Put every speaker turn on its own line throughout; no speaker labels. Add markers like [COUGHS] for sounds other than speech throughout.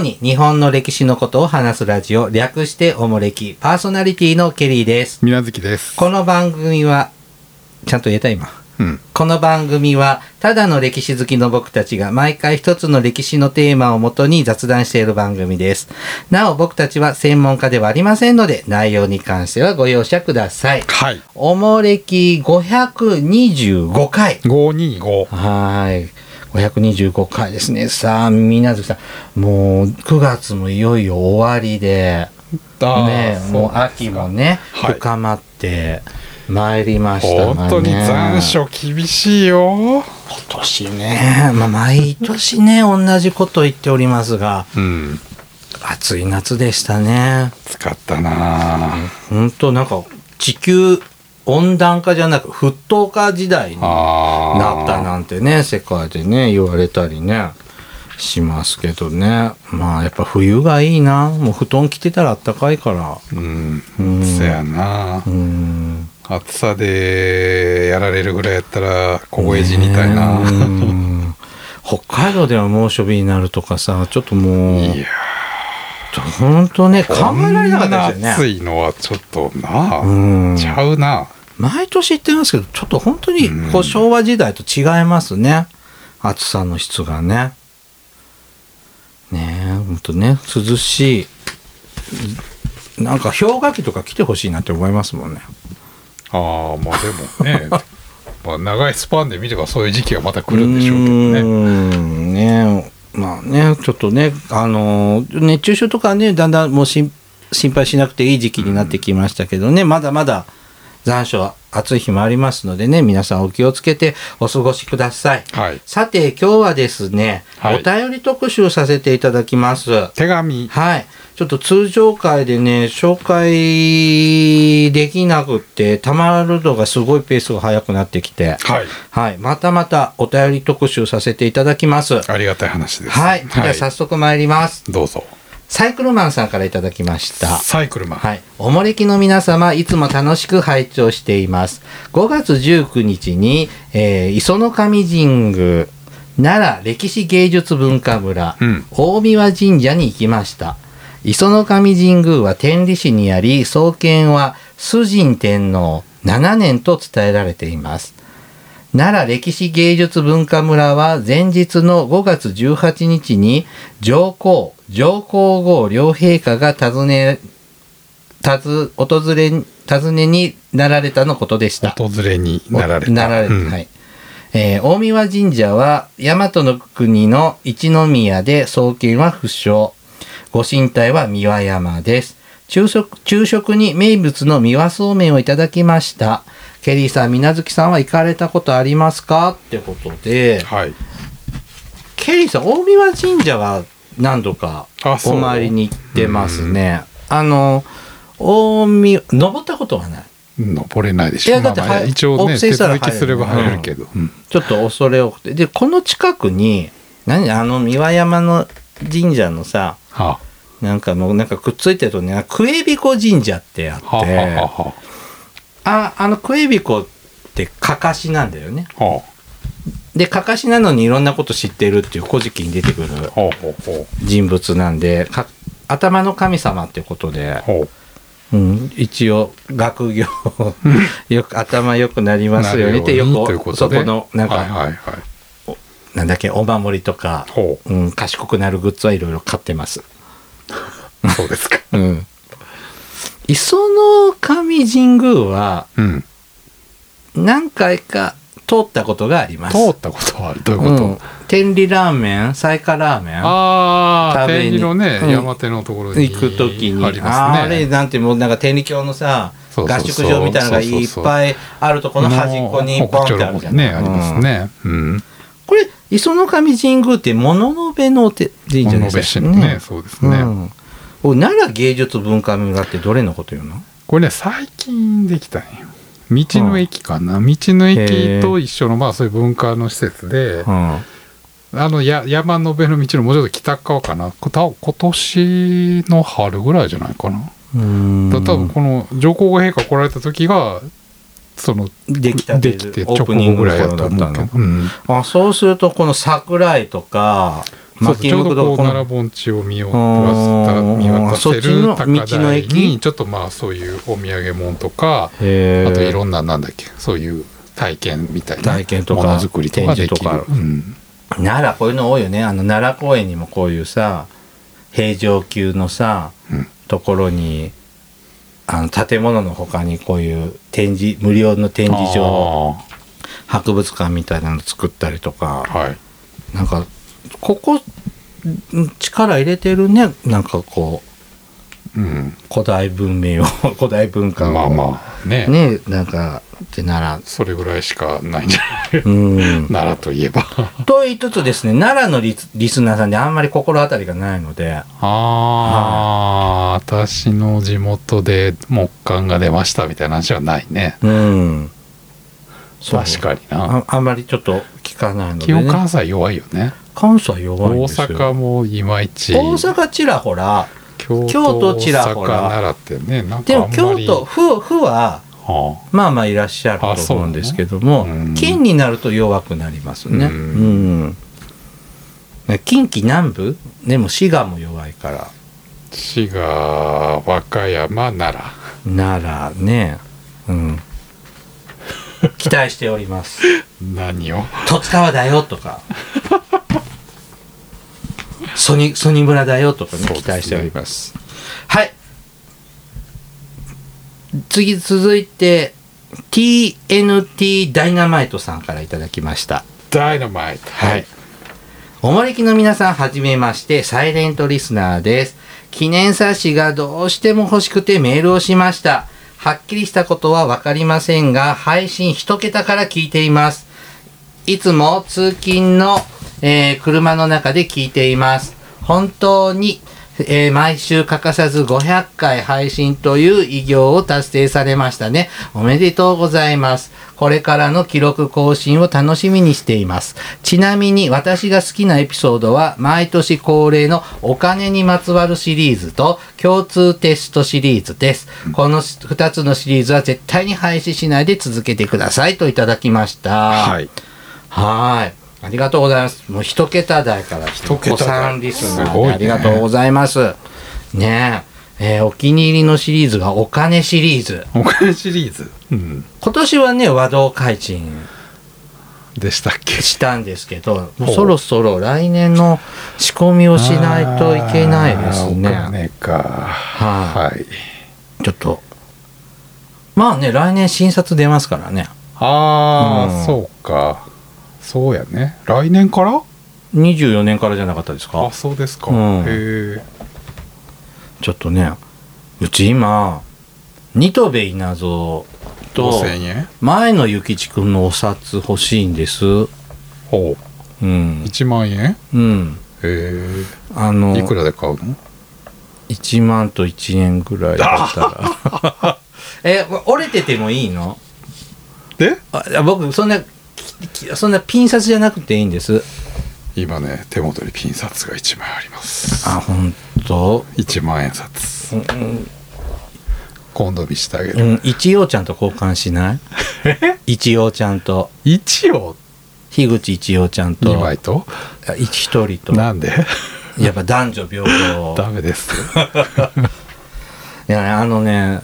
に日本の歴史のことを話すラジオ略しておもれきパーソナリティのケリーです
水無月です。
この番組はちゃんと言えた今
うん。
この番組はただの歴史好きの僕たちが毎回一つの歴史のテーマをもとに雑談している番組ですなお僕たちは専門家ではありませんので内容に関してはご容赦ください
はい。
おもれき525回
五二五。
はい。525回ですね。さあ、みなずきさん、もう9月もいよいよ終わりで、ね、もう秋もね、
はい
深まって参りましたが、ね。
本当に残。暑厳しいよ。
今年ね、まあ、毎年ね、同じこと言っておりますが、
うん。
暑い夏でしたね。
使ったなあ。
本当なんか、地球温暖化じゃなく、沸騰化時代に
ああ。
なった。なんてね世界でね言われたりねしますけどねまあやっぱ冬がいいなもう布団着てたらあったかいから
うん。
うん
そやな
う。ん
暑さでやられるぐらいやったら凍え死にたいな。
うん北海道では猛暑日になるとかさちょっともう
いや
本当ね考えられなかったです
こんな
よ
暑
ね
いのはちょっとな
う
あ。
ん
ちゃうな。
毎年言ってますけどちょっと本当にこ
う
うん昭和時代と違いますね暑さの質がねねえほんとね涼しいなんか氷河期とか来てほしいなって思いますもんね
ああ、まあ
[LAUGHS]
でもね。まあ長いスパンで見ればそういう時期はまた来るんでしょうけどね。
ねねえまあねちょっとねあのー熱中症とかねだんだんもうしん心配しなくていい時期になってきましたけどね、まだまだ残暑暑い日もありますのでね皆さんお気をつけてお過ごしください
はい。
さて今日はですね、
はい
お便り特集させていただきます。
手紙。
はい。ちょっと通常回でね、紹介できなくって、たまるのがすごいペースが速くなってきて、
はい。
はい。またまたお便り特集させていただきます。はい。
ありがたい話です。
じゃあ早速参ります。
どうぞ。
サイクルマンさんからいただきました。
サイクルマン。
はい。おもれきの皆様、いつも楽しく拝聴しています。5月19日に、えー磯の神神宮、奈良歴史芸術文化村、
うん
大神神社に行きました。磯の神神宮は天理市にあり、創建は崇神天皇7年と伝えられています。奈良歴史芸術文化村は前日の5月18日に上皇、上皇后両陛下が訪ね、たず、訪れ、訪ねになられたのことでした。
訪れになられた。
なられた
うん
はい。えー大神神社は大和の国の一宮で創建は不詳。ご神体は三輪山です。昼食、昼食に名物の三輪そうめんをいただきました。ケリーさん、水無月さんは行かれたことありますかってことで、
はい。
ケリーさん、大神神社は何度か
あそう
お参りに行ってますね。あの、大神、登ったことはない。
登れないでしょ。
いやだって
まあまあ
はい
一応
お
ね、
布施
手
したら
続
入
き
る
すれば入れるけど。うん
ちょっと恐れ多くて。で、この近くに、何あの、三輪山の神社のさ、
は
なんかもうなんかくっついてるとね、クエビコ神社ってあって、
あはあはあは
あ、あのクエビコってかかしなんだよね。
あは
で、かかしなのにいろんなこと知ってるっていう古事記に出てくる
あほうほうほ
人物なんで、か頭の神様ってことで
う、ほ
う
う
ん、一応学業 [LAUGHS] よく頭良くなりますようにって
な
よ
る
く
ようにということ
そ
で
このなんか、
はいはいはい。
なんだっけお守りとか
ほ
うん、賢くなるグッズはいろいろ買ってます。
う。そうです
[LAUGHS]
か。
うん。磯の神神宮は
うん。
何回か通ったことがあります。
通ったことはある。どういうこ
うん
と。
天理ラーメン、彩華ラーメン
ああ、
食べに
天理のね
うん、
山手のところに。
行くときに、
あり
あ
ます
れ
ね。
なんてもうなんか天理教のさ、
そうそう
合
そう
宿場みたいなのがいっぱいあるとこの端っこに
もう
ポンってあるじゃん。
ね、あります
うん。
ね。うん。
これ、磯の神神宮って物の部のお手神社
物
で
部
す
市
よ
のね、そうです
う
ね。
んお奈良芸術文化村ってどれのこと言うの
これね最近できたんよ道の駅かな、道の駅と一緒のまあそういう文化の施設で、
うん
あのや山の辺の道のもうちょっと北側かなこた今年の春ぐらいじゃないかな、
うーん
だ多分この上皇后陛下来られた時がその
できたて
できて直後ぐらいやと思うけど、うん
あそうするとこの桜井とか
まずちょうどこう奈良盆地を見よう見渡せる高台にちょっとまあそういうお土産物とかあといろんななんだっけそういう体験みたいな
体験と
も
か
のづくりとかでき
展示とか、
るうん、
奈良こういうの多いよねあの奈良公園にもこういうさ平城宮のさ、
うん
ところにあの建物の他にこういう展示無料の展示場博物館みたいなの作ったりと
あー
か
はい
なんかここん力入れてるねなんかこう
うん、
古代文明を [LAUGHS] 古代文化を
まあまあね
ねなんかってなら
それぐらいしかないんじゃ [LAUGHS] ない
うん
奈良とい
[LAUGHS]
えば
と言いつつですね奈良のリスリスナーさんであんまり心当たりがないので。
ああ私の地元で木管が出ましたみたいな話はないね
うん。そう
確かにな
ああんまりちょっと聞かないの
基
で、
本
ね、
関西弱いよね
関西弱いん
大
ですよ
阪もいまいち
大阪ちらほら
京
京都ちらほら
大阪奈良ってねなんか
で
あん
も
ま
京
り
都府府は
は
まあまあいらっしゃる
あ
と
そう
思う
なの
んですけども、
うん
金になると弱くなりますね、
う
うんん近畿南部でも滋賀も弱いから
あ滋賀和歌山奈良
奈良ねうん期待しております
何を
戸塚はだよとかソニソニ村だよとかね
そうですね
期待しておりますはい次続いて TNT ダイナマイトさんからいただきました
ダイナマイトはい、
おもれきの皆さんはじめましてサイレントリスナーです記念冊子がどうしても欲しくてメールをしましたはっきりしたことはわかりませんが配信一桁から聞いていますいつも通勤の、えー車の中で聞いています。本当に、えー毎週欠かさず500回配信という偉業を達成されましたね。おめでとうございます。これからの記録更新を楽しみにしています。ちなみに私が好きなエピソードは毎年恒例のお金にまつわるシリーズと共通テストシリーズです。この2つのシリーズは絶対に廃止しないで続けてくださいといただきました。
はい
はーい。ありがとうございます。もう一桁台から一
桁台
リスナ
すごい
ー
ね
でありがとうございます。ねええーお気に入りのシリーズがお金シリーズ。
お金シリーズ、うん、
今年はね、和道開陳
でしたっけ
したんですけど、も
ほ
う
う
そろそろ来年の仕込みをしないといけないですね。
あーお金かは
はいちょっと。まあね、来年新札出ますからね。
ああ、
うん
そうかそうやね来年から
24年からじゃなかったです
あ
か
そうですか、
うん
へえ
ちょっとね、うち今、ニトベ稲造と、
5000円
前のゆきちくんのお札欲しいんです。う。
ほうん1万円へ
うん。
え
あの、
いくらで買うの
1万と1円ぐらいだったら。
[LAUGHS]
え、折れててもいいの
で
あいや僕、そんな、ききそんなピン札じゃなくていいんです。
今ね手元にピン札が1枚あります
あ、ほんと
1万円札
うんうん、
今度見してあげ
う
る、
ん一葉ちゃんと交換し
[LAUGHS]
ない一葉ちゃんと。
一応
樋口一葉ちゃんと。
2枚と
あ一一人と。
なんで
やっぱ男女平等。
ダメです
いやねあのね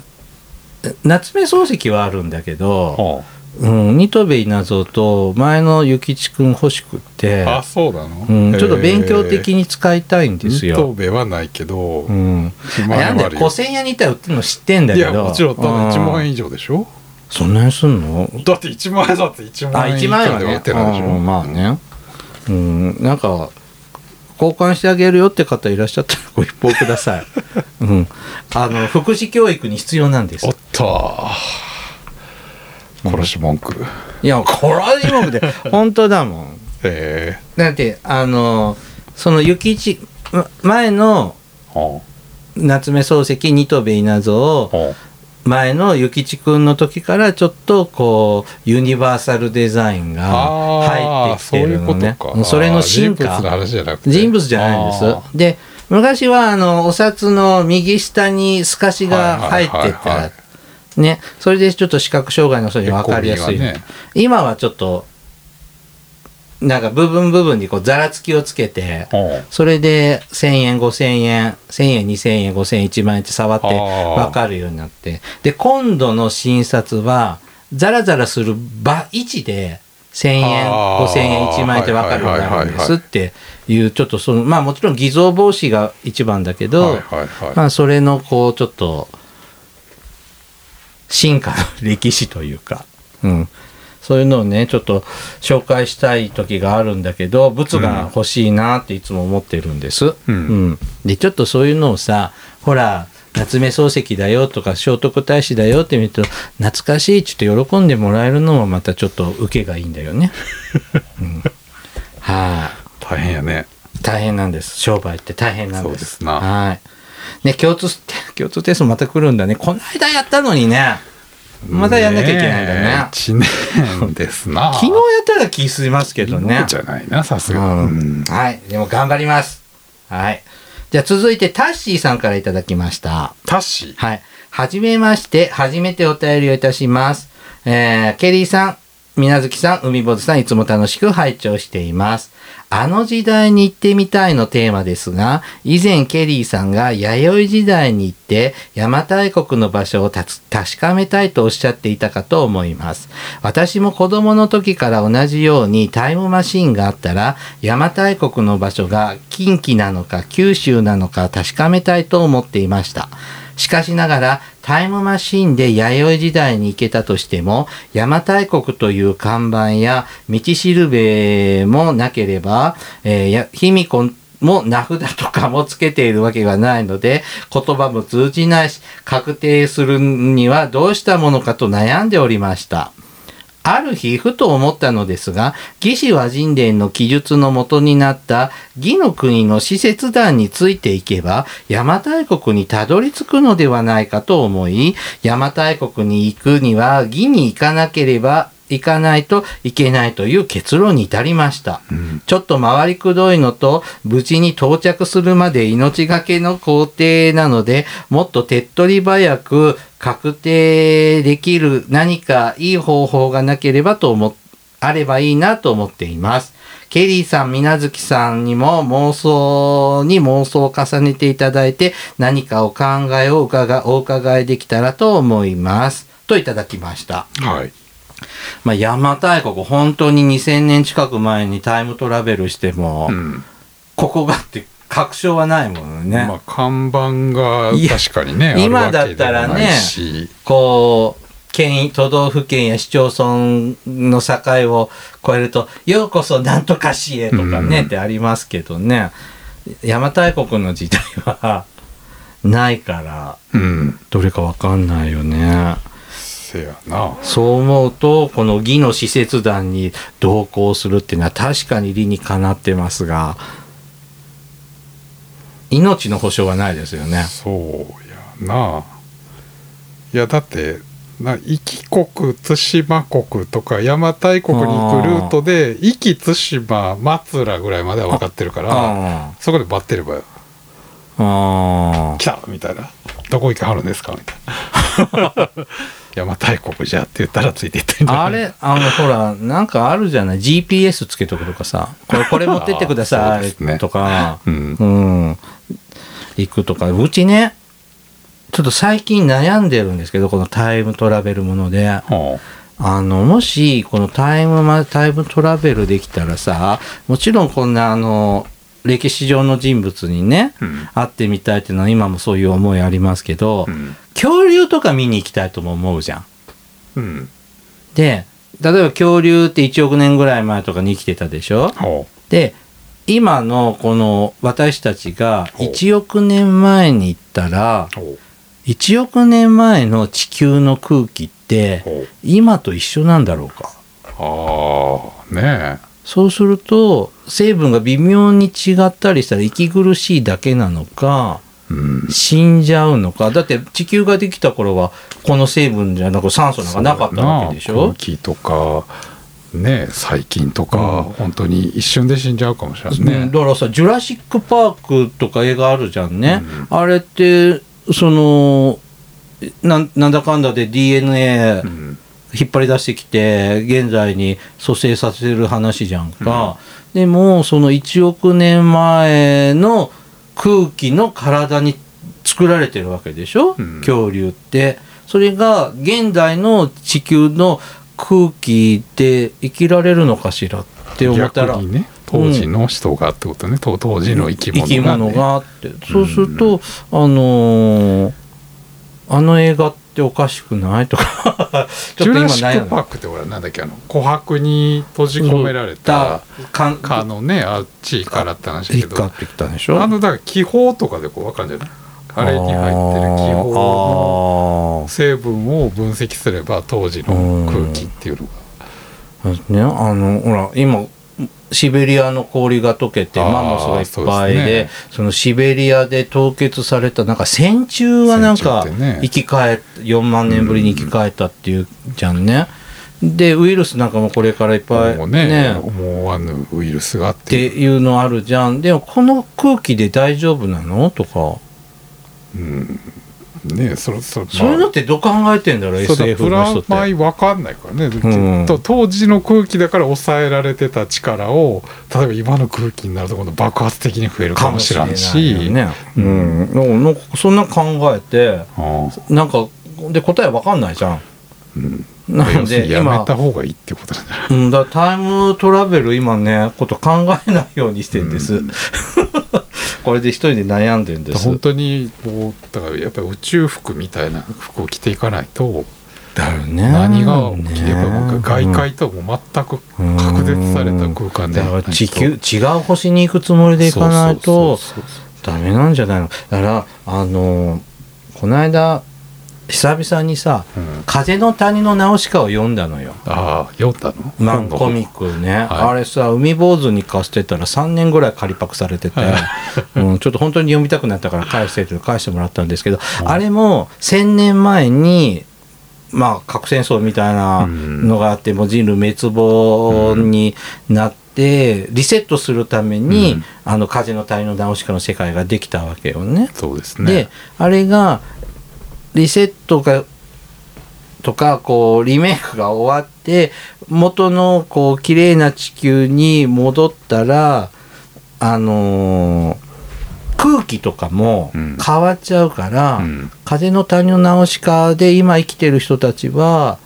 夏目漱石はあるんだけど、
ほ
うん、ニトベ稲造と前の諭吉くん欲しくって
う、あそうなの、
うん、ちょっと勉強的に使いたいんです
ニト
よ。
ベはないけど、
うん、
1万円
なん
はあ
で
るよ
5000円に行ったら売ってるの知ってんだ
い
けど
やもちろんだ1万円
円
以上でしょ
そんなにすんの
だって1万円だって1
あ
万円以
1万円
下
は
では売っ
ね
てないでしょ、
うんまあね、うん、なんか交換してあげるよって方いらっしゃったらご一報くださ
[LAUGHS]
い、うん、あの福祉教育に必要なんです
おっと殺し文句、
いや、これは今ま
[LAUGHS]
で、本当だもん。
え
だって、あの、その、ゆきち、ま前の
ー、ほ
夏目漱石、二戸部稲
う
造、
ほう
前のゆきちくんの時から、ちょっと、こう、ユニバーサルデザインが入
あ
っ
あ
てき
そう
て
い
る
うこ
のね。
と
うん
か
それの進
あー人物の
化。
話じゃなくて
人物じゃないん
あ
です。で、昔は、あの、お札の右下に透かしが入って
はいはいはいは
た。ね、それでちょっと視覚障害の人に
ー
分かりやすい
エコミはね
今はちょっとなんか部分部分にこうざらつきをつけて、それで1,000円5,000円1,000円2,000円5,000円1万円って触って分かるようになってで今度の診察はざらざらする場位置で1,000円5,000円1万円って分かるようになるんですっていうちょっとそのまあもちろん偽造防止が一番だけど、まあ、それのこうちょっと進化の歴史というか。うんそういうのをね、ちょっと紹介したい時があるんだけど、物が欲しいなっていつも思ってるんです。うん、うん。で、ちょっとそういうのをさ、ほら、夏目漱石だよとか聖徳太子だよって見ると懐かしいっちょっと喜んでもらえるのもまたちょっと受けがいいんだよ [LAUGHS] ね。うん、はい、あ、
大変やね、
うん。大変なんです。商売って大変なんです。。
ですはい
ね、共通、共通テストまた来るんだね。この間やったのにね。またやんなきゃいけないんだね。
1年です
[LAUGHS]
な。
昨日やったら気すいますけどね。、
じゃないな、さすが、うん
はい。でも頑張ります。はい。じゃあ続いてタッシーさんからいただきました。
タッシー
はい。はじめまして、初めてお便りをいたします。えー、ケリーさん、水月さん、海坊主さん、いつも楽しく拝聴しています。あの時代に行ってみたいのテーマですが、以前ケリーさんが弥生時代に行って邪馬台国の場所を確かめたいとおっしゃっていたかと思います。私も子供の時から同じようにタイムマシーンがあったら、邪馬台国の場所が近畿なのか九州なのか確かめたいと思っていました。しかしながらタイムマシンで弥生時代に行けたとしても、邪馬台国という看板や道しるべもなければ、えー、卑弥呼も名札とかもつけているわけがないので、言葉も通じないし、確定するにはどうしたものかと悩んでおりました。ある日、ふと思ったのですが、魏志和人伝の記述の元になった魏の国の使節団についていけば、邪馬台国にたどり着くのではないかと思い、邪馬台国に行くには魏に行かなければいかないといけないという結論に至りました。うん、ちょっと回りくどいのと、無事に到着するまで命がけの工程なので、もっと手っ取り早く確定できる何かいい方法がなければと思、あればいいなと思っています。ケリーさん、みなずきさんにも妄想に妄想を重ねていただいて、何かお考えを伺お伺いできたらと思います。といただきました。
はい。
まあ、邪馬台国本当に2,000年近く前にタイムトラベルしても、うん、ここがって確証はないものね。
まあ、看板が確かにね
今だったらねこう県都道府県や市町村の境を越えると「ようこそなんとか市へ」とかね、うん、ってありますけどね邪馬台国の時代はないから、
うん、
どれか分かんないよね。
せやな
そう思うとこの義の使節団に同行するっていうのは確かに理にかなってますが命の保証はないですよね
そうやないやだってな壱岐国対馬国とか邪馬台国に行くルートで壱岐対馬松浦ぐらいまでは分かってるからそこでバッてれば
あ
来たみたいなどこ行かはるんですかみたいな邪馬台国じゃって言ったらついていったん
あれあのほらなんかあるじゃない GPS つけとくとかさこれこれ持ってってく [LAUGHS] ださいね、とか、うん、うん、行くとかうちねちょっと最近悩んでるんですけどこのタイムトラベルもので。はああの、もし、このタイム、タイムトラベルできたらさ、もちろんこんな、あの、歴史上の人物にね、うん、会ってみたいっていうのは今もそういう思いありますけど、うん、恐竜とか見に行きたいとも思うじゃん。
うん、
で例えば恐竜って1億年ぐらい前とかに生きてたでしょで今のこの私たちが1億年前に行ったら1億年前の地球の空気って今と一緒なんだろうか。
ああねえ。
そうすると成分が微妙に違ったりしたら息苦しいだけなのか、
うん、
死んじゃうのかだって地球ができた頃はこの成分じゃなく酸素なんかなかったわけでしょ、
空気とかね細菌とか、うん、本当に一瞬で死んじゃうかもしれないね、うん
だからさ「ジュラシック・パーク」とか映画あるじゃんね、うん、あれってそのななんだかんだで DNA、引っ張り出してきて現在に蘇生させる話じゃんか、でもその1億年前の空気の体に作られてるわけでしょ、
うん
恐竜ってそれが現代の地球の空気で生きられるのかしらって思ったら
逆にね当時の人がってことね、と当時の生き物が、ね、
があってそうすると、あのーあの映画っておかしくないとか [LAUGHS]
ジュラシック・パ
な
ークってほらなんだっけあの琥珀に閉じ込められた
感
蚊のねあっちからって話だ
引
け
っか
ど
ってきたでしょ
あのだから気泡とかでこう分かるんじゃないあれに入ってる気泡の
の
成分を分析すれば当時の空気っていうのが
ねあのほら今シベリアの氷が溶けて
あー
マンモスがいっぱい
そ
で
うで
そのシベリアで凍結されたなんか線虫がなんか
線虫ってね
生き返っ4万年ぶりに生き返ったっていうじゃんね。でウイルスなんかもこれからいっぱい
もうね
ね
思わぬウイルスがあっ
って
て
いうのあるじゃんでもこの空気で大丈夫なのとか
ねそろそろ、まあ
そういうのってどう考えてんだろう
そうだ
SF
プ
の
ラ
人っ
マイ
て。
分かんないからね、
ん
と当時の空気だから抑えられてた力を例えば今の空気になると今度爆発的に増えるかもしらんし
かもれないよねうん、なんかなんかそんな考えて
うん
なんかで答えわかんないじゃん。な
要
の
する
で
にやめ
今、
た方がいいってことなんだな
うん、だからタイムトラベル今ねこと考えないようにしてんです。 [LAUGHS] これで一人で悩んでんです。
本当にもうだからやっぱり宇宙服みたいな服を着ていかないと
だよね
何が起きれば
ね
僕外界とはもう全く隔絶された空間で
だから地球違う星に行くつもりで行かないと
そうそうそうそう
ダメなんじゃないのだからあのこの間久々にさ
うん
「風の谷のナウシカ」を読んだのよ。
ああ読んだの
マンコミックね、あれさ海坊主に貸してたら3年ぐらい借りパクされてて、うん、ちょっと本当に読みたくなったから返してと返してもらったんですけど、
うん
あれも1,000年前にまあ核戦争みたいなのがあって、もう人類滅亡になって、リセットするために、
うん
あの風の谷の直しかの世界ができたわけよね。
そうです
で
ね
あれがリセットがとかこうリメイクが終わって元のこう綺麗な地球に戻ったらあのー空気とかも
うん
変わっちゃうから、
うん
風の谷の直しかで今生きてる人たちは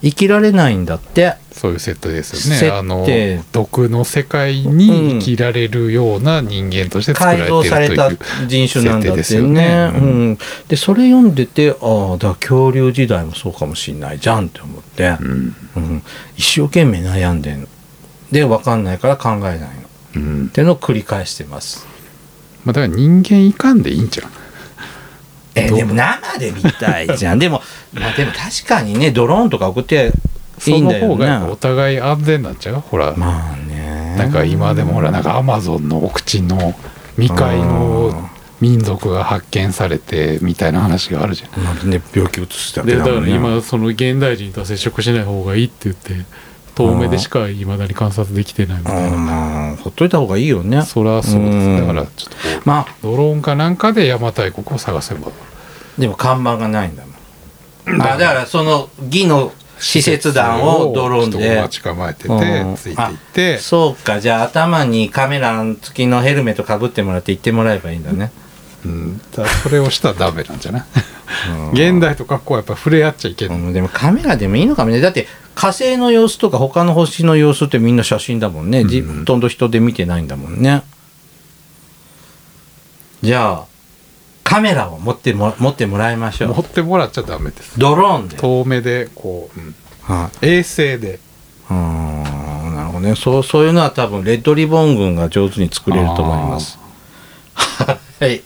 生きられないんだって。
そういう設定ですよね
設定
あの毒の世界に生きられるような人間として作られ
改
てる
造
と
された
いう
人種なんだっ
設定で
てね
すよね
う、
うん
でそれ読んでてああだから恐竜時代もそうかもしんないじゃんって思って、
うん
うん、一生懸命悩んでんので分かんないから考えないのっ
うん
ていうのを繰り返してます
まあだから人間いかんでいいんじゃん
え
どう
でも生で見たい [LAUGHS] じゃんでもまあでも確かにねドローンとか送ってい
そ
いん
の
だよ
方がお
ね
互い安全なんちゃうほら
まあね
なんか今でもほらなんかアマゾンの奥地の未開の民族が発見されてみたいな話があるじゃん
なんでね病気移すだけ
で
だ
だ
も
か
ん
ら
ね
今その現代人とは接触しない方がいいって言って遠目でしかいまだに観察できてないみたい
うん
な
まあほっといた方がいいよね
そらそうで
うん
すだからちょっとこう
まあ
ドローンかなんかで邪馬台国を探せば
でも看板がないんだもんあだからその義の使節団をドローン
人を
で
待ち構えてて
うん
ついていって
そうかじゃあ頭にカメラ付きのヘルメットかぶってもらって行ってもらえばいいんだね
うん、だからそれをしたらダメなんじゃない現代と過去はやっぱ触れ合っちゃいけ
う
ない、
んでもカメラでもいいのかもねだって火星の様子とか他の星の様子ってみんな写真だもんね、じほとんど人で見てないんだもんねじゃあカメラを持っても持ってもらいましょ
持
う
ってもらっちゃダメです
ドローンで、
遠目でこう、うん
はい
衛星で
うーんなるほどねそうそういうのは多分レッドリボン軍が上手に作れると思います [LAUGHS] はい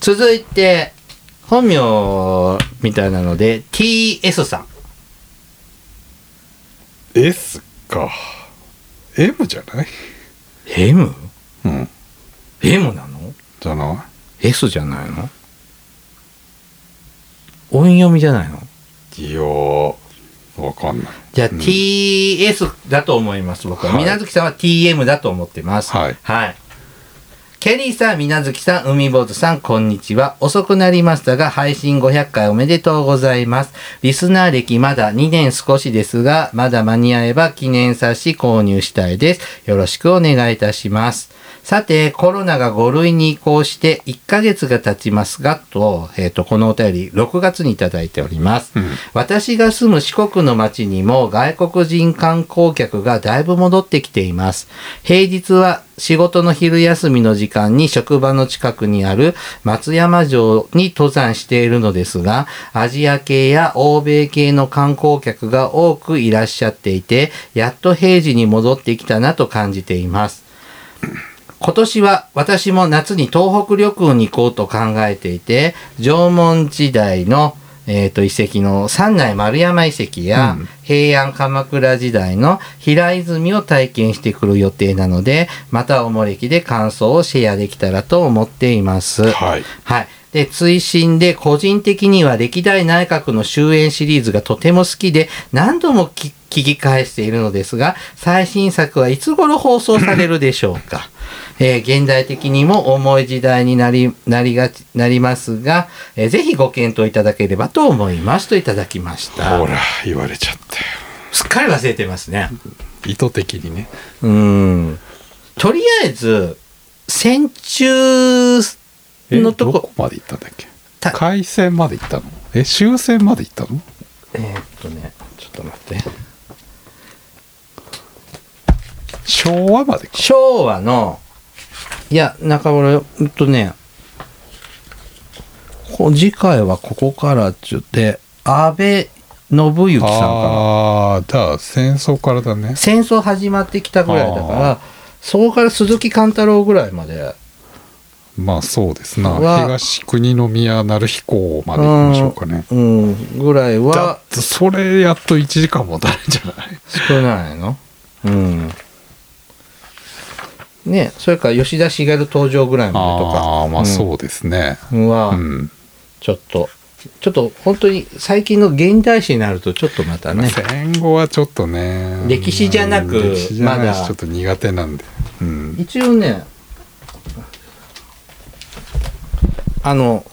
続いて本名みたいなので TS さん
S か M じゃない
M?M
うん
M なの
じゃな
?S じゃないの音読みじゃないの
いいやーわかんない
じゃあ、
うん
TS だと思います僕は、
はい
水無月さんは TM だと思ってます
はい
はい、ケリーさん、みなずきさん、海坊主さん、こんにちは。遅くなりましたが、配信500回おめでとうございます。リスナー歴まだ2年少しですが、まだ間に合えば記念冊子購入したいです。よろしくお願いいたします。さて、コロナが5類に移行して1ヶ月が経ちますが、と、えっ、と、このお便り、6月にいただいております。
うん
私が住む四国の町にも外国人観光客がだいぶ戻ってきています。平日は仕事の昼休みの時間に職場の近くにある松山城に登山しているのですが、アジア系や欧米系の観光客が多くいらっしゃっていて、やっと平時に戻ってきたなと感じています。今年は私も夏に東北旅行に行こうと考えていて縄文時代の、えー、と遺跡の三内丸山遺跡や、
うん
平安鎌倉時代の平泉を体験してくる予定なのでまたおもれきで感想をシェアできたらと思っています。
はい。
はい。で、追伸で、個人的には歴代内閣の終演シリーズがとても好きで、何度もき聞き返しているのですが、最新作はいつ頃放送されるでしょうか。えー現代的にも重い時代になり、なりがち、なりますが、えーぜひご検討いただければと思いますといただきました
ほ。ら、言われちゃったよ。
すっかり忘れてますね。
意図的にね。
うん。とりあえず、戦中
え
のと
ど
こ
こ、まで行ったんだっけ
た
海戦まで行ったのえ、終戦まで行ったの
えーっとね、ちょっと待って。
昭和までか。
昭和のいや中頃うんとねこ次回はここからっちゅって安倍信之さんか
ああー、じゃあ戦争からだね
な。戦争始まってきたぐらいだからそこから鈴木貫太郎ぐらいまで
まあそうですな。
は
東国宮鳴彦まで行きましょうかね。
うんぐらい
だっ
は
てそれやっと1時間もたないん
[LAUGHS]
じゃない
少ないのうんねそれから吉田茂登場ぐらいまでとか
ああ、まあ
うん
そうですね。
は、
うん。
ちょっとちょっと本当に最近の現代史になるとちょっとまたね
戦後はちょっとね。
歴史じゃなく
歴史じゃないし
まだ
ちょっと苦手なんで。うん。
一応ねあの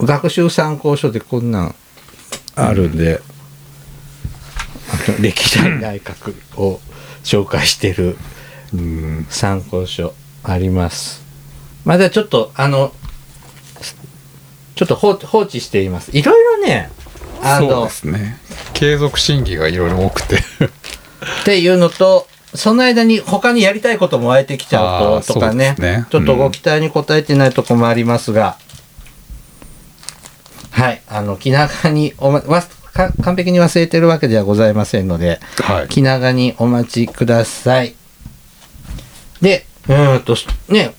学習参考書でこんなんあるんで、あと歴代内閣を紹介してる
うん。
参考書ありますまだちょっとあのちょっと放放置していますいろいろねあ
そう
の
ですね。継続審議がいろいろ多く
[LAUGHS]
て。
っていうのとその間に他にやりたいことも湧いてきちゃ
あ
う
ー
ととかね
そうですね
ちょっとご期待に応えてないとこもありますが、はいあの気長にお、ま、わか完璧に忘れてるわけではございませんので
はい。
気長にお待ちくださいでうーんとね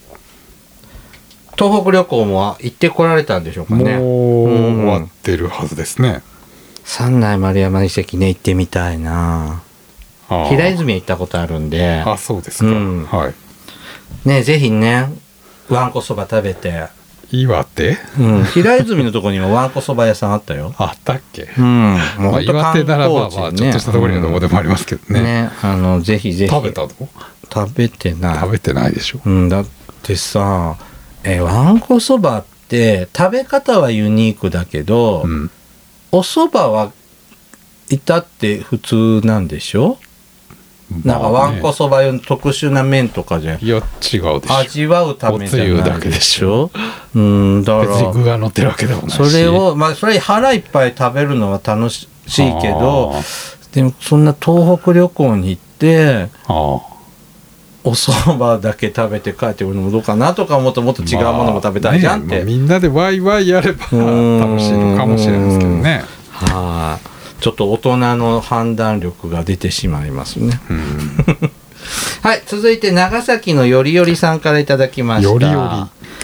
東北旅行も行ってこられたんでしょうか
もう
ね
終わってるはずですね。
三内丸山遺跡ね行ってみたいな
あー
平泉行ったことあるんで
あ、そうですか。
うん
はい。
ねぜひねわんこそば食べて、
岩手 [LAUGHS]、
うん、平泉のとこにもわんこそば屋さんあったよ
あったっけ、
うん、もう
まあ、
ほんと
岩手ならば、
観
まあ、
光地
ち
ね
ょっとしたところにはどこでもありますけど
うん
ね。
ねあのぜひぜひ
食べたの
食べてない
食べてないでしょ。
うん、だってさえーわんこそばって食べ方はユニークだけど、
うん。
おそばは至って普通なんでしょ、なんかわんこ
そ
そば用の特殊な麺とかじゃ
いや、違うでしょ。
味わうためじゃ
おつゆ
な
だ
い
け
で
で
し
し
ょうんだか
別
ら
に具が乗ってるわけでもないし。
それをまあそれ腹いっぱい食べるのは楽しいけど
あ
でもそんな東北旅行に行って
あー
お蕎麦だけ食べて帰って俺もどうかなとか思うともっと違うものも食べたいじゃんっ
まあね
て、
まあみんなでワイワイやれば楽
ーん
しいのかもしれないですけどね。
はいちょっと大人の判断力が出てしまいますね
うん
はい続いて長崎のよりよりさんからいただきました
よりより。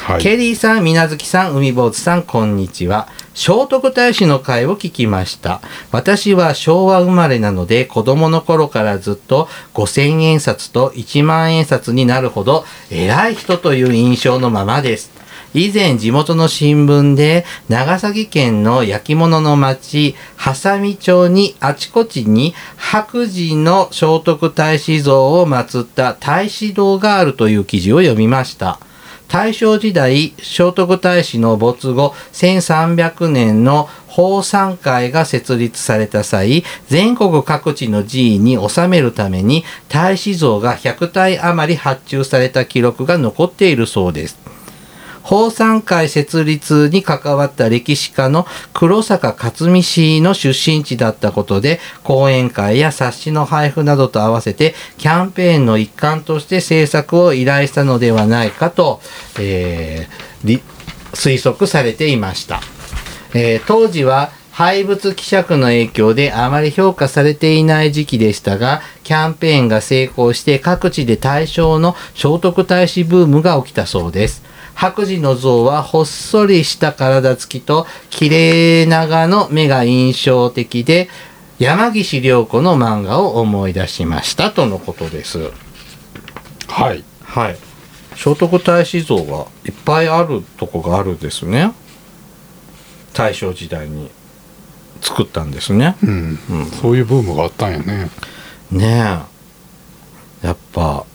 はい。
ケリーさん、みなずきさん、海坊主さん、こんにちは。聖徳太子の会を聞きました。私は昭和生まれなので、子供の頃からずっと5000円札と1万円札になるほど偉い人という印象のままです。以前地元の新聞で長崎県の焼き物の町波佐見町にあちこちに白磁の聖徳太子像を祀った太子堂があるという記事を読みました。大正時代、聖徳太子の没後1300年の法産会が設立された際、全国各地の寺院に収めるために太子像が100体余り発注された記録が残っているそうです。法産会設立に関わった歴史家の黒坂克美氏の出身地だったことで講演会や冊子の配布などと合わせてキャンペーンの一環として制作を依頼したのではないかと、えーり推測されていました。えー当時は廃物希釈の影響であまり評価されていない時期でしたが、キャンペーンが成功して各地で対象の聖徳太子ブームが起きたそうです。白磁の像はほっそりした体つきと綺麗長の目が印象的で、山岸涼子の漫画を思い出しましたとのことです。
はい
はい。聖徳太子像がいっぱいあるとこがあるんですね。大正時代に作ったんですね。
うん
うん。
そういうブームがあったんやね
ねえ。やっぱ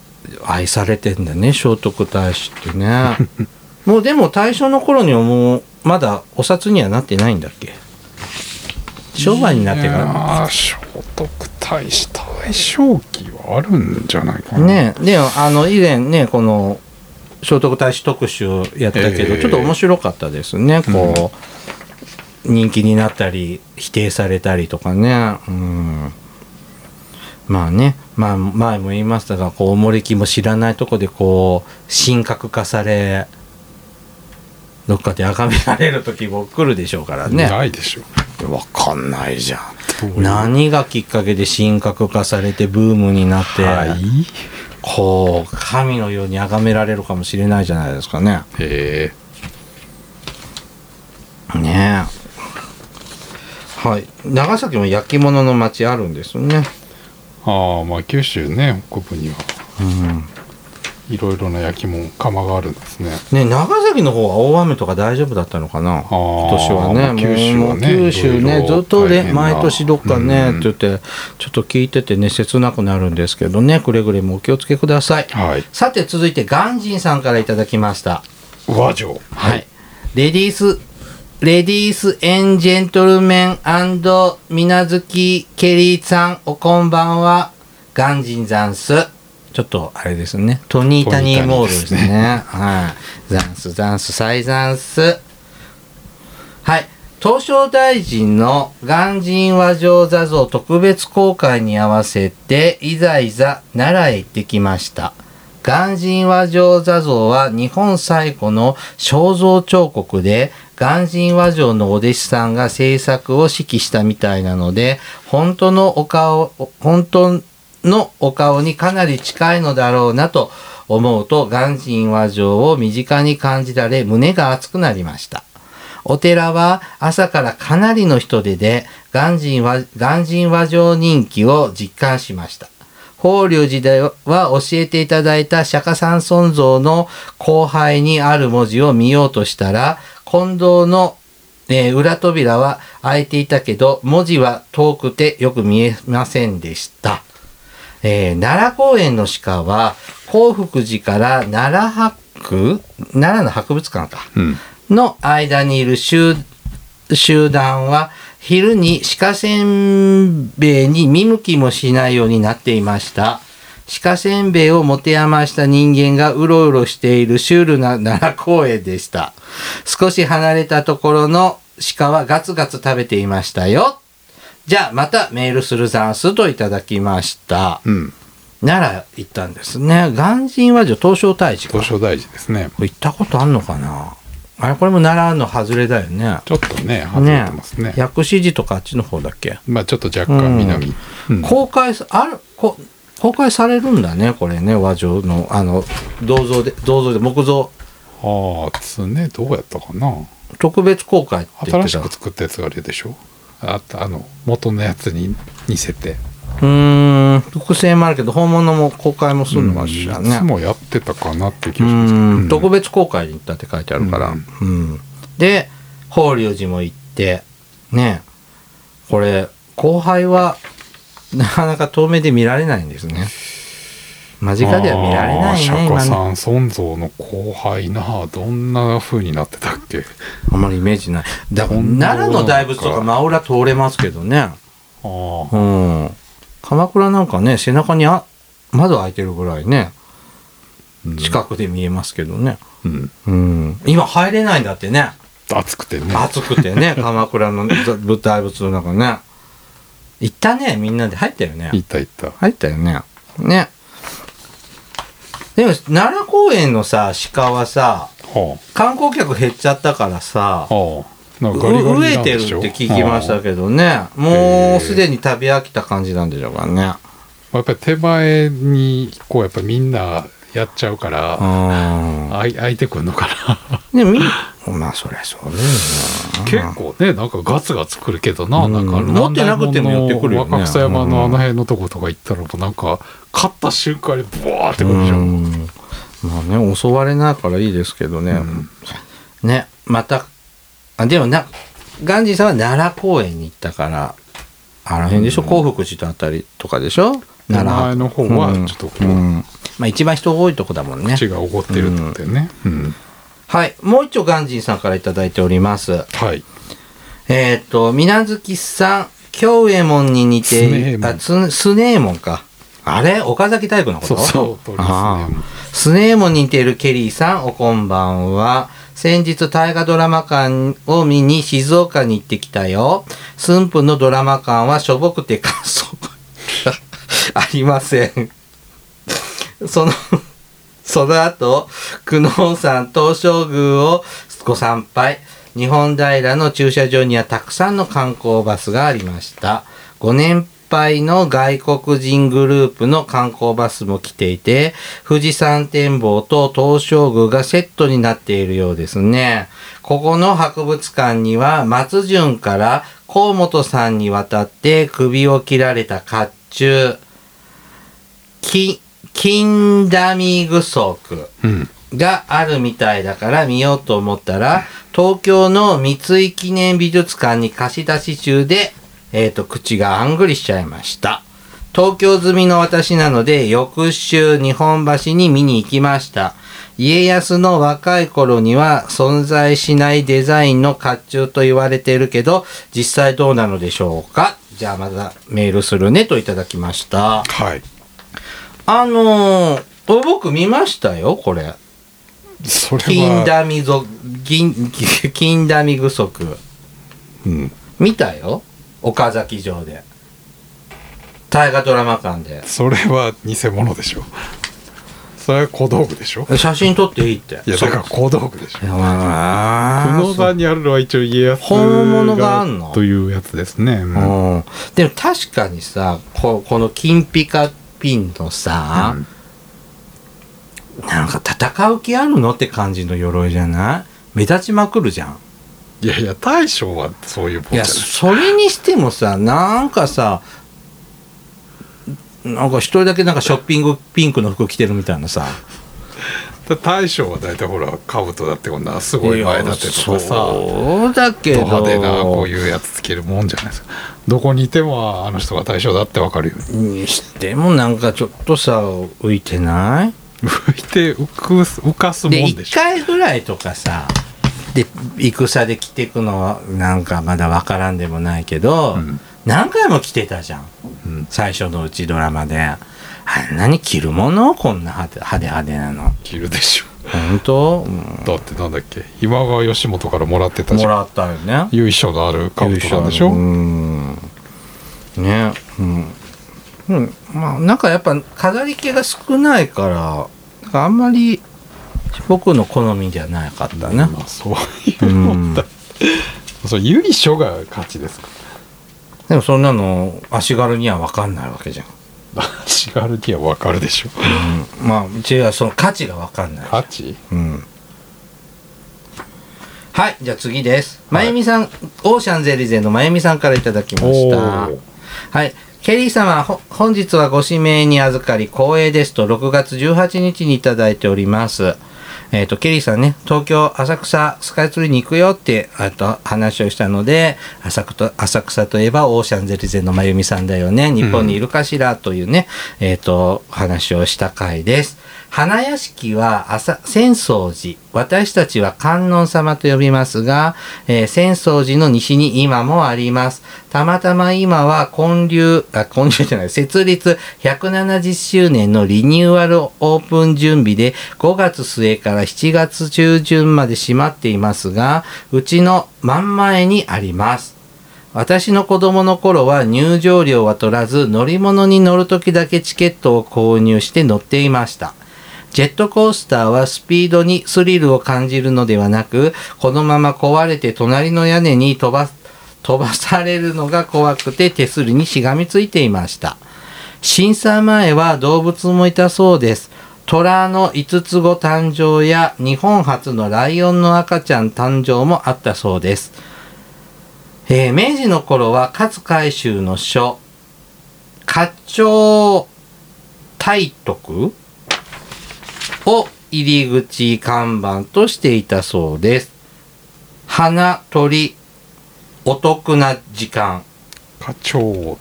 愛されてんだね、聖徳太子ってね。もうでも大正の頃にはもうまだお札にはなってないんだっけ商売になってか。
ああ聖徳太子大正期はあるんじゃないからな
ねえ。で、あの以前ね、この聖徳太子特集やったけど、
ええ
ちょっと面白かったですね。こう、人気になったり、否定されたりとかね。うん。まあね、まあ前も言いましたが、こう、おもれきも知らないとこでこう、神格化され、どっかで崇められる時も来るでしょうからね。
ないでしょ
わかんないじゃ
どうい
ん。
う
何がきっかけで神格化されてブームになって、
はい
こう神のように崇められるかもしれないじゃないですかね。
え
ねえ。はい。長崎も焼き物の町あるんですね。
ー、ああまあ九州ね北部には
うん。
いろいろな焼き物窯があるんですね
ね長崎の方は大雨とか大丈夫だったのかな今年は
まあ
ね。
九州
も
は
う
ね
九州
いろ
ね、
いろ
ずっと
大
ね、
変な
毎年どっかね、
うん
って言って、ちょっと聞いててね、切なくなるんですけどね、くれぐれもお気をつけください。
はい
さて続いてガンジンさんからいただきました。
和城
はい。レディース、レディースエンジェントルメンみなずきケリーさん、おこんばんは。ガンジンザンス。ちょっと、あれですね。トニータニーモールです
トニータニーです
ね。はい。ザンス、ザンス、サイザンス。はい。東証大臣の鑑真和上座像特別公開に合わせて、いざいざ奈良へ行ってきました。鑑真和上座像は日本最古の肖像彫刻で、鑑真和上のお弟子さんが制作を指揮したみたいなので、本当のお顔、本当のお顔にかなり近いのだろうなと思うと、鑑真和上を身近に感じられ、胸が熱くなりました。お寺は朝からかなりの人出で、鑑真和、鑑真和上人気を実感しました。法隆寺では教えていただいた釈迦三尊像の後輩にある文字を見ようとしたら、近藤の、えー裏扉は開いていたけど、文字は遠くてよく見えませんでした。えー奈良公園の鹿は、興福寺から奈良博奈良の博物館か。
うん
の間にいる集集団は昼に鹿せんべいに見向きもしないようになっていました。鹿せんべいを持て余した人間がうろうろしているシュールな奈良公園でした。少し離れたところの鹿はガツガツ食べていましたよ。じゃあまたメールするざんすといただきました。
うん
奈良行ったんですね。鑑真和女東照大使か
東照大寺ですね
これ行ったことあんのかなあれこれも奈良の外れだよね。
ちょっとね外れてますね
薬師寺とかあっちの方だっけ、
まあちょっと若干南、うん
公開さ、ある、こ公開されるんだね、これね、和上の、あの、銅像で、銅像で、木造、
ああつねどうやったかな
特別公開って言っ
新
て
したく。作ったやつがあれでしょああの元のやつに似せて
うーん特性もあるけど本物も公開もするの
う
か
ん
し
い
らね、
つもやってたかなって気
う
がしますけど
ん特別公開に行ったって書いてあるから、うんで法隆寺も行ってねこれ後輩はなかなか遠目で見られないんですね間近では見られないね
あー釈
今
迦
ね
さん尊像の後輩などんな風になってたっけ
あんまりイメージないだから
本当
奈良の大仏とか真裏通れますけどね
ああ
うん鎌倉なんかね背中にあ窓開いてるぐらいね
うん
近くで見えますけどね、
うん
うん、今入れないんだってね
暑くてね
暑くて
[LAUGHS]
ね鎌倉のぶ大仏の中ね行ったねみんなで入ったよね
いたいた
入ったよねねでも奈良公園のさ鹿はさ
は
観光客減っちゃったからさ
あはあなん
う
かガリガリ
飢え
なん
てる
で
っ
しょ
て聞きました
は
けどね
へ
も
ー
うすでに食べ飽きた感じなんでしょうからね
あやっぱり手前にこうやっぱみんなやっちゃうから
うん
あい開いてくんのかな
でみ [COUGHS] まあそりゃそうだよね
結構ねなんかガツガツくるけどな,、
うん
なんか
持ってなくても寄ってくるよね
若草山のあの辺のとことか行ったらもうなんか勝った瞬間にブワーってくるでしょ、
うんまあね襲われないからいいですけどね、
うん
ねまたあでもなガンジーさんは奈良公園に行ったからあの辺でしょ、興福寺のあたりとかでしょ奈良
前の方はちょっとこう
まあ、一番人多いとこだもんね
口がおごってるってね、うん
はいもう一丁ガンジーさんから頂いております
はい
えーっ、と、みなずきさん、京右衛門に似て
スネ
い
ー
る、
モン
あ、つスネーモンか。あれ岡崎体育のこと
そうそう
あ
鳥
ースネーモンに似ているケリーさん、おこんばんは。先日、大河ドラマ館を見に静岡に行ってきたよ。駿府のドラマ館はしょぼくて感想が [LAUGHS] ありません。その、その後、久能山東照宮をご参拝。日本平の駐車場にはたくさんの観光バスがありました。ご年配の外国人グループの観光バスも来ていて、富士山展望と東照宮がセットになっているようですね。ここの博物館には松潤から河本さんに渡って首を切られた甲冑、き金ダミ具足
うん
があるみたいだから見ようと思ったら、東京の三井記念美術館に貸し出し中で、えっ、と、口があんぐりしちゃいました。東京済みの私なので、翌週日本橋に見に行きました。家康の若い頃には存在しないデザインの甲冑と言われているけど、実際どうなのでしょうかじゃあまたメールするねといただきました。
はい
あのー、これ僕見ましたよ、これ。
それ
金
は
ダミ族銀金ダミ具足
うん
見たよ岡崎城で大河ドラマ館で
それは偽物でしょそれは小道具でしょ
写真撮っていいって
いやだから小道具でしょ
いやまあ
久能山にあるのは一応家康
本物があんの
というやつですね、うん
うんでも確かにさここの金ピカピンのさ、なんか戦う気あるのって感じの鎧じゃない目立ちまくるじゃん
いやいや大将はそういうもん
い
じゃ
や
ない
それにしてもさなんかさなんか一人だけなんかショッピングピンクの服着てるみたいなさ
だ大将は大体ほら兜だってこんなすごい前だってとかさ
そうだけ
ド
ど
派手なこういうやつつけるもんじゃないですかどこにいてもあの人が大将だってわかるように [LAUGHS]
にしてもなんかちょっとさ浮いてない
浮いて浮く浮かすもん
で
で
1
しょ
回ぐらいとかさで戦で着てくのはなんかまだ分からんでもないけど、
うん
何回も着てたじゃん
うん
最初のうちドラマであんなに着るものこんな派手派手派手なの
着るでしょ
本当、うん
だってなんだっけ今川義元からもらってたじ
も
ゃん
らったよね。
由緒のある兜なんでしょ、
うん。ね、うん。うん、まあなんかやっぱ飾り気が少ないから、なんかあんまり僕の好みじゃなかったね。
まあそういうもんだ、そう由緒が勝ちですか [LAUGHS]
でもそんなの足軽には分かんないわけじゃん。
ら足軽にはわかるでしょ
うん、まあうちはその価値が分かんない。
勝ち
うん。はい、じゃあ次です。まゆみさん、オーシャンゼリゼのまゆみさんからいただきました。
おー
はい。ケリー様、ほ本日はご指名に預かり光栄ですと6月18日にいただいております。えっ、と、ケリーさんね、東京、浅草、スカイツリーに行くよって、あと、話をしたので、浅草と、浅草といえばオーシャンゼリゼの真由美さんだよね。日本にいるかしらというね、えっ、と、お話をした回です。花屋敷は浅浅草寺。私たちは観音様と呼びますが、えー浅草寺の西に今もあります。たまたま今は建立、あ、建立じゃない、設立170周年のリニューアルオープン準備で5月末から7月中旬まで閉まっていますが、うちの真ん前にあります。私の子供の頃は入場料は取らず乗り物に乗る時だけチケットを購入して乗っていました。ジェットコースターはスピードにスリルを感じるのではなく、このまま壊れて隣の屋根に飛ば、飛ばされるのが怖くて手すりにしがみついていました。審査前は動物もいたそうです。虎の5つ子誕生や日本初のライオンの赤ちゃん誕生もあったそうです。えー明治の頃は勝海舟の書「花鳥大徳」を入り口看板としていたそうです。花鳥お得な時間
課長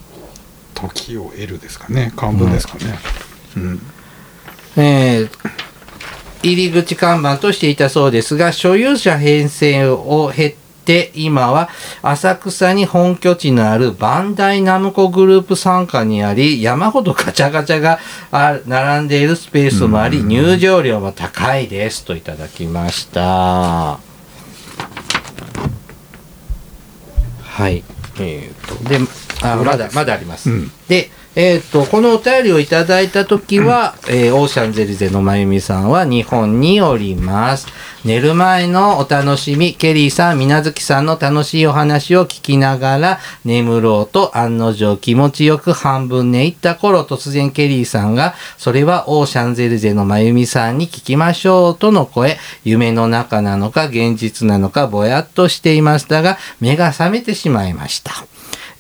時を得るですかね漢文ですかね、うん
えー入り口看板としていたそうですが所有者編成を経て今は浅草に本拠地のあるバンダイナムコグループ傘下にあり山ほどガチャガチャがあ並んでいるスペースもあり入場料も高いですといただきましたはいえー、とであまだまだあります、
うん
で、えー、とこのお便りをいただいた時は、えーオーシャンゼリゼのまゆみさんは日本におります寝る前のお楽しみケリーさん水月さんの楽しいお話を聞きながら眠ろうと案の定気持ちよく半分寝入った頃突然ケリーさんがそれはオーシャンゼリゼのまゆみさんに聞きましょうとの声夢の中なのか現実なのかぼやっとしていましたが目が覚めてしまいました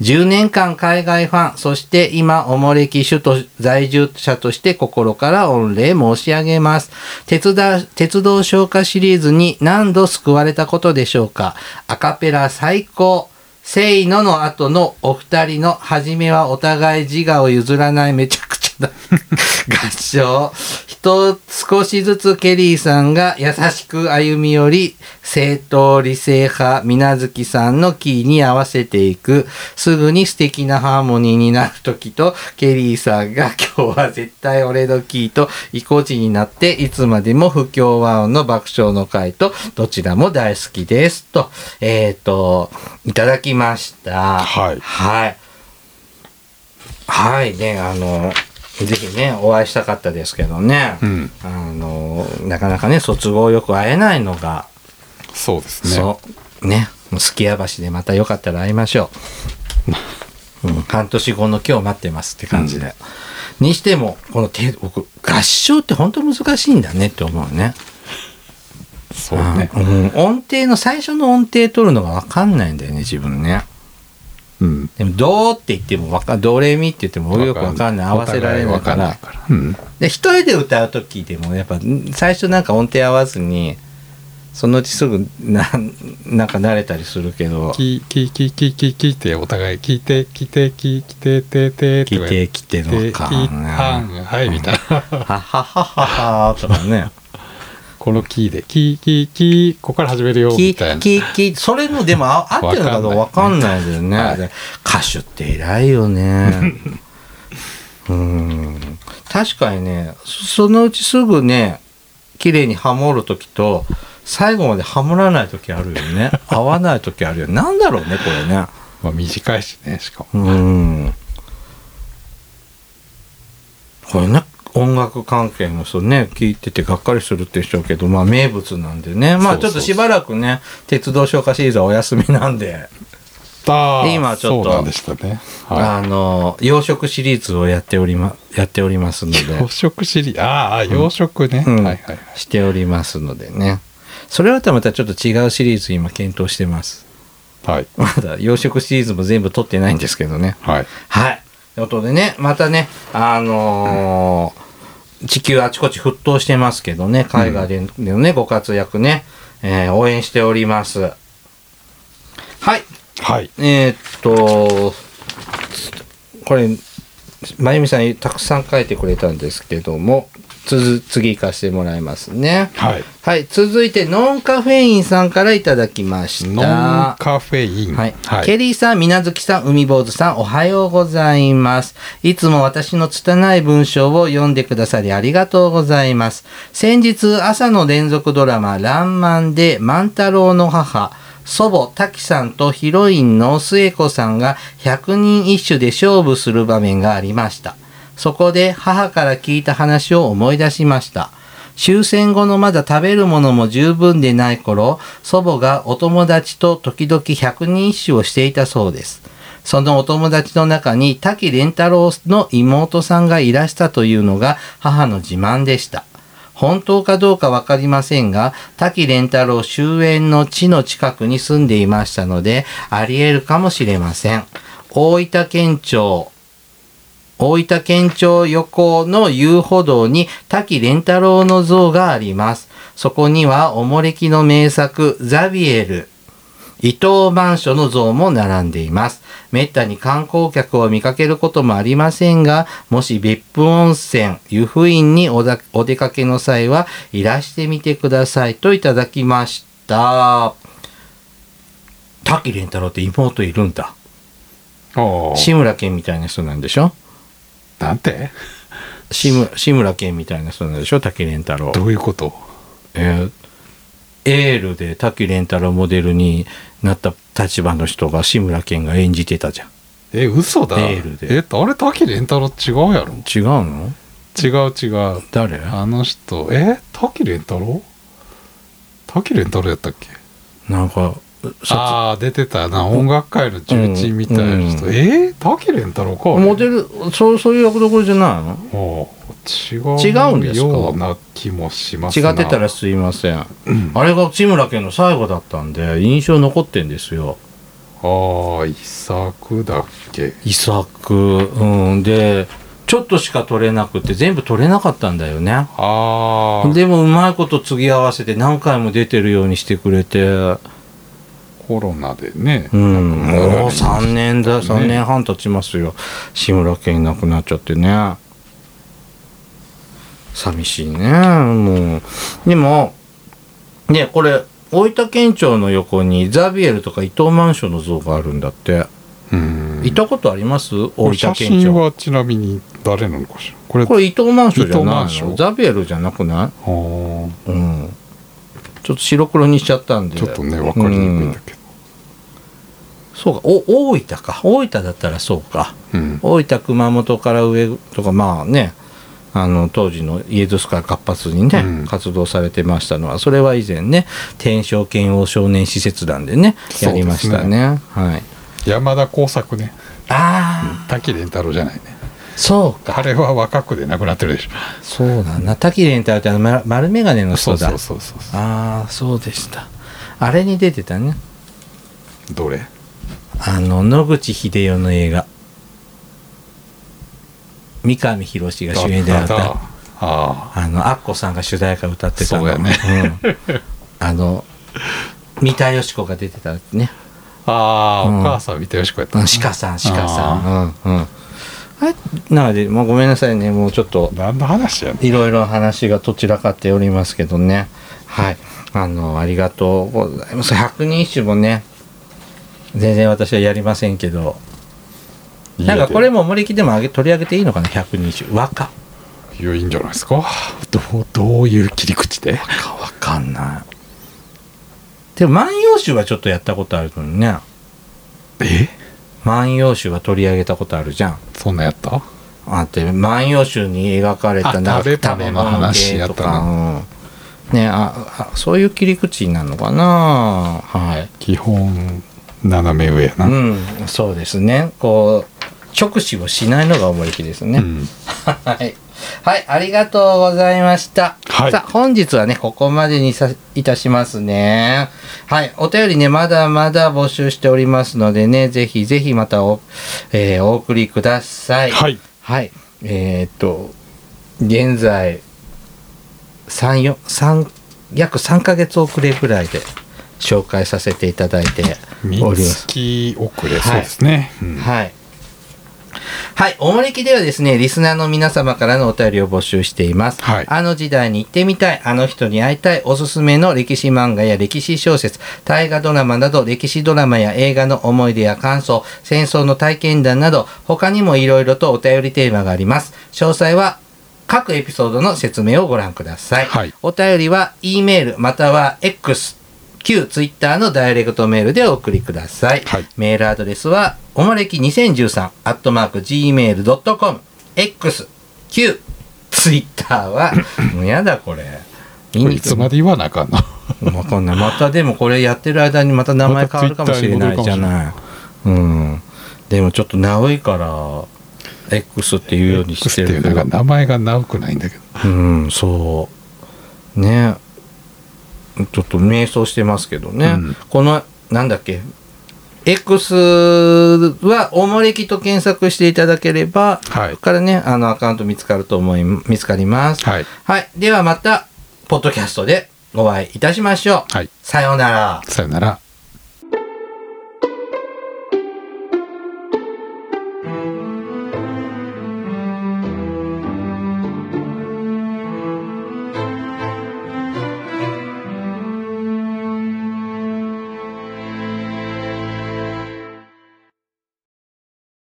10年間海外ファン、そして今、おもれき首都在住者として心から御礼申し上げます。鉄道、鉄道消化シリーズに何度救われたことでしょうか。アカペラ最高。せいのの後のお二人の初めはお互い自我を譲らないめちゃくちゃな合唱。人少しずつケリーさんが優しく歩み寄り、正当理性派、水月さんのキーに合わせていく、すぐに素敵なハーモニーになる時と、ケリーさんが今日は絶対俺のキーと、意固地になって、いつまでも不協和音の爆笑の回と、どちらも大好きです。と、えっ、と、いただきました。
はい
はい。はいね、あの、ぜひね、お会いしたかったですけどね。
うん
あの、なかなかね、卒業よく会えないのが、
そうですね
そう。ね。もうすきや橋でまたよかったら会いましょ [LAUGHS] う。うん、半年後の今日待ってますって感じで。にしても、この手、僕、合唱って本当難しいんだねって思うね。
そうね
あうん音程の、最初の音程取るのがわかんないんだよね、自分ね。
うん
でも、ドーって言ってもわか、ドレミって言ってもよくわかんない。合わせられないから
お互いわ。かんないからうん
で一人で歌う時でもやっぱん最初なんか音程合わずにそのうちすぐななんか慣れたりするけど聞
キーキーキーキーキーキーってお互い聞いて聞いて聞いててて
いてきて
聞
の
いて
か
聞いた
は
はいみたいな [LAUGHS]
ははははとかね
このキーでキーキーキーここから始めるよ
き
みたいな
ききそれもでもあ合ってるのかどうかわ
わか
か
ん
ん
な
ないんだよね、
はい
で歌手って偉いよねうん確かにねそのうちすぐね綺麗にハモる時と最後までハモらない時あるよね合わない時あるよねなんだろうねこれね
まあ短いしねしかも
うん。これね、音楽関係の人ね、聞いててがっかりするでしょうけど、まあ名物なんでね。まあ
そう
ち
そ
ょ
う
っとしばらくね、鉄道消化シリーズはお休みなんで、
あー
今ちょっと
そうなんでしたねは
あの、養殖シリーズをやっておりま、やっておりますの
い養
で、
殖シリあーあー養殖ね、
うん
はいはいはい
しておりますのでね。それはまたちょっと違うシリーズ今検討してます。
はい
まだ養殖シリーズも全部撮ってないんですけどね。
はい
はい。ということでね、またね、あのー地球あちこち沸騰してますけどね、海外でのね、ご活躍ね、えー応援しております。はい、
はい。
えーっと、これ、まゆみさんたくさん書いてくれたんですけども、つづ次行かしてもらいますね。
はい。
はい、続いてノンカフェインさんからいただきました。
ノンカフェイン。
はい、ケリーさん、みなずきさん、海坊主さん、おはようございます。いつも私の拙い文章を読んでくださりありがとうございます。先日、朝の連続ドラマ、らんまんで、万太郎の母、祖母、滝さんとヒロインの末子さんが100人一首で勝負する場面がありました。そこで母から聞いた話を思い出しました。終戦後のまだ食べるものも十分でない頃、祖母がお友達と時々百人一首をしていたそうです。そのお友達の中に滝蓮太郎の妹さんがいらしたというのが母の自慢でした。本当かどうかわかりませんが、滝蓮太郎終焉の地の近くに住んでいましたので、あり得るかもしれません。大分県庁、大分県庁横の遊歩道に滝蓮太郎の像があります。そこにはおもれきの名作、ザビエル、伊藤万書の像も並んでいます。めったに観光客を見かけることもありませんが、もし別府温泉、湯布院におだお出かけの際はいらしてみてくださいといただきました。滝蓮太郎って妹いるんだ。
おー
志村けんみたいな人なんでしょ
なんて
志村志村けんみたいな人なんでしょ滝蓮太郎。
どういうこと
えーエールで滝蓮太郎モデルになった立場の人が志村けんが演じてたじゃん。
え、嘘だ。
エールで
え、あれ、滝蓮太郎違うやろ
違うの
違う違う。
誰
あの人、え滝蓮太郎滝蓮太郎やったっけ
なんか、さ
ああ、出てたな。音楽界の重鎮みたいな人。
うん
え滝蓮太郎か。
モデル、そう、そういう役どころじゃないの
お違う
違うんですか
ような気もしますな
違ってたらすいません。あれが志村けんの最後だったんで、印象残ってんですよ。
ああ遺作だっけ
遺作、うん。で、ちょっとしか取れなくて、全部取れなかったんだよね。
ああ
でもうまいこと継ぎ合わせて何回も出てるようにしてくれて、
コロナでね、
うん、もう3年だ、
ね
3年半経ちますよ。志村けんいなくなっちゃってね。寂しいね、もう。でも、ね、これ、大分県庁の横にザビエルとか伊藤マンションの像があるんだって。
うん
行ったことあります大分
写
県
真
庁。
はちなみに誰なのかしらこれ
これ伊藤マンションじゃ
伊
ない
藤マン
の
ショ
ザビエルじゃなくな
あー
いうん。ちょっと白黒にしちゃったんで。
ちょっとね分かりにくいんだけど、
そうか、お、大分か。大分だったらそうか。
うん
大分熊本から上とかまあねあの当時のイエズス会活発にね、
うん
活動されてましたのはそれは以前ね天正剣王少年施設団でねやりました
そう
ねはい
山田耕作ね
ああ、
滝蓮太郎じゃないね
そうか
あれは若くで亡くなってるでしょ
そうだな滝蓮太郎ってあのま丸眼鏡の
そ
人
う
だ
そうそうそう
ああそうでしたあれに出てたね
どれ
あの野口英世の映画三上博史が主演であっ
だだ
た
あ
あの、アッコさんが主題歌歌ってたの。
そうやね
うんあの、三田佳子が出てたね。
ーあー、
うん
お母さん見てよしこやった
う
なん
鹿さん、鹿さん。うん、うん。はい。なので、まあ、ごめんなさいね。もうちょっと、
何の話やねん
いろいろ話がどちらかっておりますけどね。はい。あの、ありがとうございます。百人一首もね、全然私はやりませんけど、なんかこれも森木でもあげ取り上げていいのかな、百人一首。和歌。
いやいいんじゃないですかどうどういう切り口で
かわかんない。でも、万葉集はちょっとやったことあるのにね。
え
万葉集は取り上げたことあるじゃん。
そんなんやった
あって万葉集に描かれた
あ
な
食べ物の話やった
食
な
べ物系うんねああそういう切り口になるのかなはい、
基本斜め上やな、
うん、そうですねこう直視をしないのが思いきですね、
うん
はいはい、ありがとうございました。
はい
さあ、本日はね、ここまでにさいたしますね。はい、お便りね、まだまだ募集しておりますのでね、ぜひぜひまたお、えーお送りください。
はい。
はい。えーっと、現在、三四三約3ヶ月遅れぐらいで紹介させていただいて
ミ
おりま
ツ
す。
キ遅れ、そうですね。うん
はい。はい。おもれきではですね、リスナーの皆様からのお便りを募集しています。
はい
あの時代に行ってみたい、あの人に会いたい、おすすめの歴史漫画や歴史小説、大河ドラマなど、歴史ドラマや映画の思い出や感想、戦争の体験談など、他にもいろいろとお便りテーマがあります。詳細は、各エピソードの説明をご覧ください。
はい
お便りは、E メールまたは X、旧 Twitter のダイレクトメールでお送りください。
はい
メールアドレスは、おもれき2013、アットマーク、gmail.com、x、q、ツイッターは、もうやだこれ。見
これいつまで言わなあかんな。
もうこんな、またでもこれやってる間にまた名前変わるかもしれないじゃない。うん。でもちょっと長いから、X っていうようにし
X
て
ってい
る
う
け
なん
ど
か。名前が長くないんだけど。
うん、そう。ね。ちょっと迷走してますけどね。
うん
この、なんだっけ。X は、おもれきと検索していただければ、
はい
そこからね、あの、アカウント見つかると思い、見つかります。
はい。
はい。ではまた、ポッドキャストでお会いいたしましょう。
はい。
さようなら。
さよなら。